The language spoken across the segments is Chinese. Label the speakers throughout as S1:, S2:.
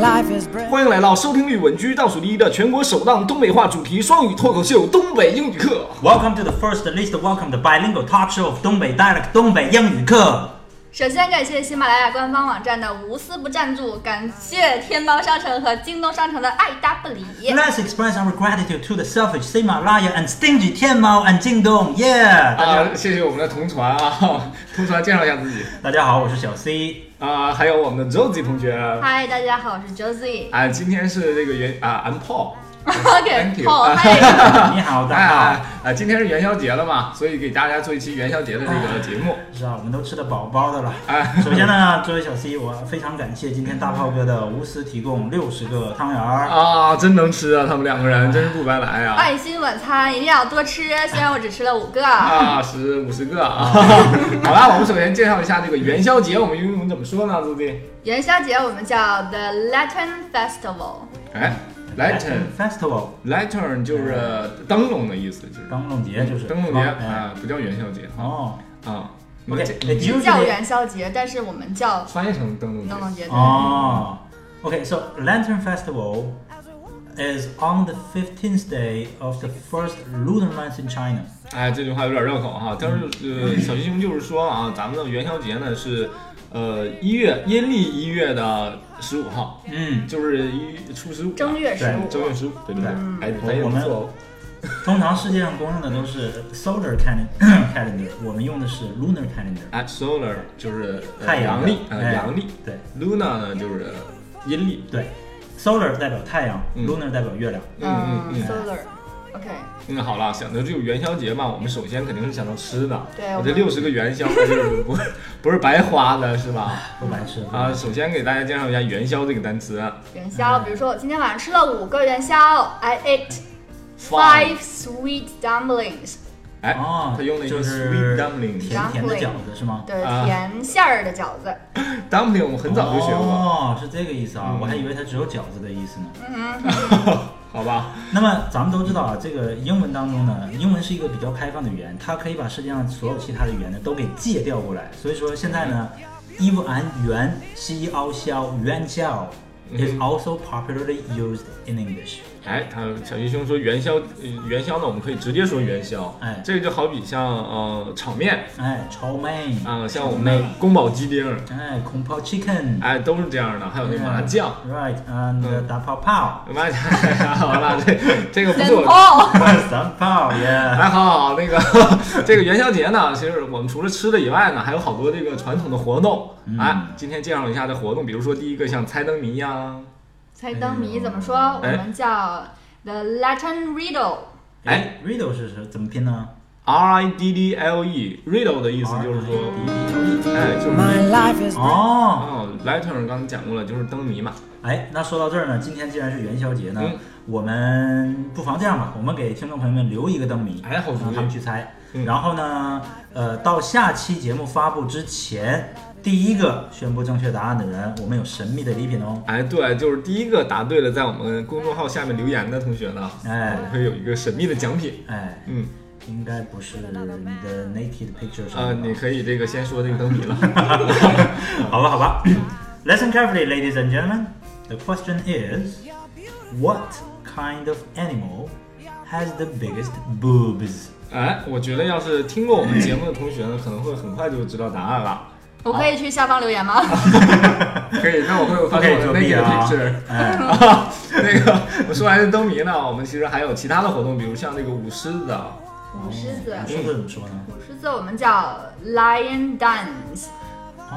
S1: life is bread.
S2: 欢迎来到收听率稳居倒数第一的全国首档东北话主题双语脱口秀《东北英语课
S3: Welcome to the first least welcome the bilingual talk show of 东北 dialect 东北英语课。
S4: 首先感谢喜马拉雅官方网站的无私不赞助，感谢天猫商城和京东商城的爱答不理。
S3: Let's express our gratitude to the selfish Himalaya and stingy 天猫 and 京东。Yeah，、》
S2: 啊！谢谢我们的同传啊， 同传介绍一下自己
S3: 大家好，我是小 C。
S2: 啊，还有我们的 Josie 同学
S4: 嗨，大家好，我是 Josie。
S2: 啊，今天是这个元啊，I'm Paul，Thank you
S4: OK，好，嗨，
S3: 你好，大家好
S2: 啊。啊，今天是元宵节了嘛，所以给大家做一期元宵节的这个节目。
S3: 是啊，我们都吃的饱饱的了。
S2: 哎
S3: 首先呢，作为小 C，我非常感谢今天大炮哥的无私提供六十个汤圆儿。
S2: 啊，真能吃啊！他们两个人真是不白来啊！
S4: 爱心晚餐一定要多吃，虽然我只吃了五个。
S2: 啊，十五十个 啊！好啦，我们首先介绍一下这个元宵节，我们英文怎么说呢，Josie？
S4: 元宵节我们叫 The Lantern Festival，
S2: 哎，Lantern。
S3: Festival，
S2: Lantern 就是灯笼的意思，就是
S3: 灯笼节就是
S2: 灯笼节
S3: 是吧哎
S2: 啊，不叫元宵节啊
S3: 哦
S2: 啊，那这
S3: ，OK，
S4: 不叫元宵节，但是我们叫
S2: 翻译成灯笼
S4: 灯笼
S2: 节。
S4: 节。对
S3: Oh, okay. So Lantern Festival is on the 15th day of the first lunar month in China.
S2: 哎，这句话有点绕口
S3: 嗯
S2: 哈，但是呃，小鸡兄就是说啊，咱们的元宵节呢是呃一月阴历一月的十五号，
S3: 嗯，
S2: 就是一初十五啊，
S4: 正月十
S3: 对
S4: 五，
S2: 正月十五，对对对，哎，
S3: 我
S2: 咱也
S3: 我
S2: 不
S3: 们
S2: 错哦。
S3: 通常世界上公认的都是 solar cal- calendar，我们用的是 lunar calendar，
S2: 哎，solar 就是呃
S3: 太阳
S2: 阳
S3: 的
S2: 历，呃
S3: 哎
S2: 阳历
S3: 对
S2: ，luna 呢就是呃阴历，
S3: 对，solar 代表太阳、
S2: 嗯
S3: l u n a r 代表月亮。
S2: 嗯嗯嗯。
S4: ，Solar。OK，
S2: 嗯，好了，想到这个元宵节嘛，我们首先肯定是想到吃的。
S4: 对
S2: 我
S4: 我
S2: 这
S4: 们
S2: 六十个元宵就是不 不是白花的，是吧？
S3: 不白吃
S2: 啊，首先给大家介绍一下元宵这个单词
S4: 元宵，比如说我今天晚上吃了五个元宵，I ate。
S2: ，five，
S4: Five sweet dumplings，
S2: 哎，
S3: 哦，
S2: 他用了一个
S3: 就
S2: sweet
S3: 是
S2: dumpling，dumpling
S3: 甜甜的饺子是吗？
S4: 对，
S2: 啊
S4: 甜馅儿的饺子。
S2: 我们很早就学过，
S3: 哦，是这个意思啊，
S2: 嗯
S3: 我还以为它只有饺子的意思呢。
S2: 好吧？
S3: 那么咱们都知道啊，这个英文当中呢，英文是一个比较开放的语言，它可以把世界上所有其他的语言呢都给借调过来。所以说现在呢，伊不安元西奥肖元宵 is
S2: 嗯
S3: also popularly used in English。
S2: 哎，他小鸡兄说元宵，呃元宵呢，我们可以直接说元宵，
S3: 哎
S2: 这个就好比像呃炒面
S3: 哎，炒面
S2: 啊、像我们的宫保鸡丁儿，
S3: 哎，空泡 chicken，
S2: 哎，都是这样的，还有那麻
S3: 嗯
S2: 酱。嗯
S3: ，right，and 打泡 泡，
S2: 麻酱，好了，这这个不是我
S4: 哦，
S3: 三泡，yeah，
S2: 还好，那个 这个元宵节呢，其实我们除了吃的以外呢，还有好多这个传统的活动。哎，今天介绍一下这活动，比如说第一个像猜灯谜呀，
S4: 猜灯谜怎么说？我们叫 the Latin riddle。
S2: 哎
S3: ，riddle 是是怎么拼呢？
S2: ，R I D D L E，riddle 的意思就是说，
S3: E
S2: 哎，就是
S1: My life is bread.
S2: 哦
S3: 哦。
S2: ，Lantern 刚才讲过了，就是灯谜嘛。
S3: 哎，那说到这儿呢，今天既然是元宵节呢，
S2: 嗯
S3: 我们不妨这样吧，我们给听众朋友们留一个灯谜，
S2: 哎好主意
S3: 让他们去猜。
S2: 嗯
S3: 然后呢，呃，到下期节目发布之前，第一个宣布正确答案的人，我们有神秘的礼品哦。
S2: 哎，对，就是第一个答对了，在我们公众号下面留言的同学呢，
S3: 哎
S2: 我们会有一个神秘的奖品。
S3: 哎，
S2: 嗯，
S3: 应该不是你的 naked picture 上
S2: 呃，
S3: 面吧
S2: 你可以这个先说这个灯谜了。
S3: 好吧，好吧。Listen carefully, ladies and gentlemen. The question is, what kind of animal has the biggest boobs?
S2: 哎，我觉得要是听过我们节目的同学呢，可能会很快就知道答案了。
S4: 我可以去下方留言吗？
S2: 可以，那我会有发现我的那个 picture。
S3: 啊哎。
S2: 那个，我说完这灯谜呢，我们其实还有其他的活动，比如像那个舞狮子啊，
S4: 舞狮子，
S3: 狮子怎么说呢？
S4: 舞狮子我们叫 lion dance。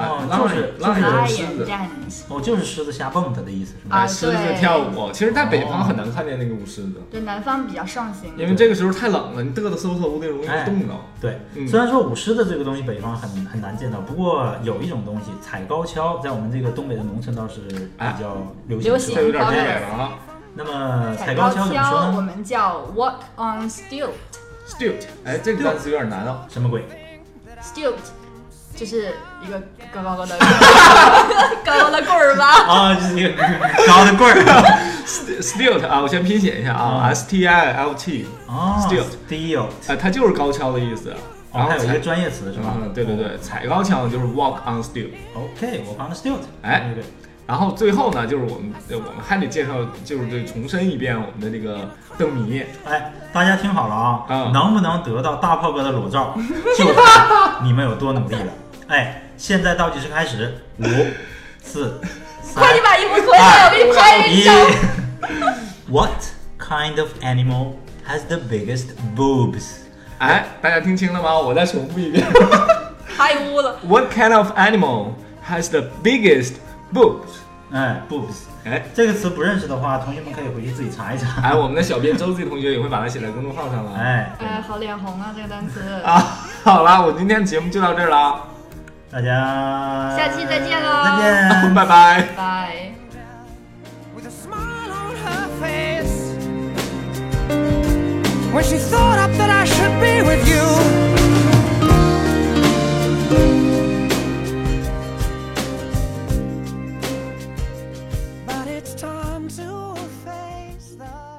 S2: 哦
S3: 哦，就是
S2: 浪
S3: 就是
S2: 人
S3: 有
S2: 有狮
S4: lion
S2: 子
S4: dance。
S3: 哦，就是狮子瞎蹦跶的意思是吗？
S4: 啊
S2: 哎，狮子跳舞。其实，在北方很难看见那个舞狮子，
S4: 对，南方比较盛行。
S2: 因为这个时候太冷了，你嘚嘚瑟瑟无得容易冻着。
S3: 啊对
S2: 嗯，
S3: 虽然说舞狮子这个东西北方很很难见到，不过有一种东西踩高跷，在我们这个东北的农村倒是比较流行。
S4: 流
S3: 是
S4: 行
S3: 吧
S2: 这有点偏远了啊。
S3: 那么
S4: 踩
S3: 踩
S4: 高
S3: 高跷怎么说
S4: 跷我
S3: 呢？
S4: 们叫 walk on stilt。
S2: Stilt，哎，这个单词有点难啊。
S3: 什么鬼？
S4: stilt 就是一个高高 的高高的棍儿吧。
S3: 啊，就是一个高的棍儿。
S2: Stilt 啊，我先拼写一下啊
S3: 嗯
S2: ，S T I L T，
S3: 哦
S2: Stilt
S3: ，stilt，
S2: 哎，它就是高跷的意思。然
S3: 然
S2: 后
S3: 哦后还有嗯一
S2: 踩
S3: 个专业词是吧？
S2: 嗯，对对对，踩高跷就是 walk on stilt。
S3: OK，我 found the stilt。
S2: 哎
S3: 对对对
S2: 然后最后呢，就是我们呃我们还得介绍，就是这重申一遍我们的这个灯谜，
S3: 哎，大家听好了啊，
S2: 嗯
S3: 能不能得到大炮哥的裸 照，就看你们有多努力了。哎，现在倒计时开始， 五、四、三、
S4: 快点把衣服脱下来，我给你拍一
S3: 一
S4: 张。
S2: 哎
S3: What kind of animal has the biggest boobs？
S2: 哎，大家听清了吗？我再重复一遍
S4: 太污了，
S2: ，What kind of animal has the biggest boobs？
S3: 哎，boobs
S2: 哎
S3: 这个词不认识的话，同学们可以回去自己查一查。
S4: 啊
S2: 哎，我们的小编周 Z 同学也会把它写在公众号上了。
S3: 哎，
S4: 哎，好脸红啊，这个单词。
S2: 啊，好啦，我今天节目就到这儿啦，
S3: 大家
S4: 下期再见喽
S3: 再见，
S2: 拜拜。
S4: 拜。
S1: with a smile on her face. When she thought up that I should be with you. But it's time to face the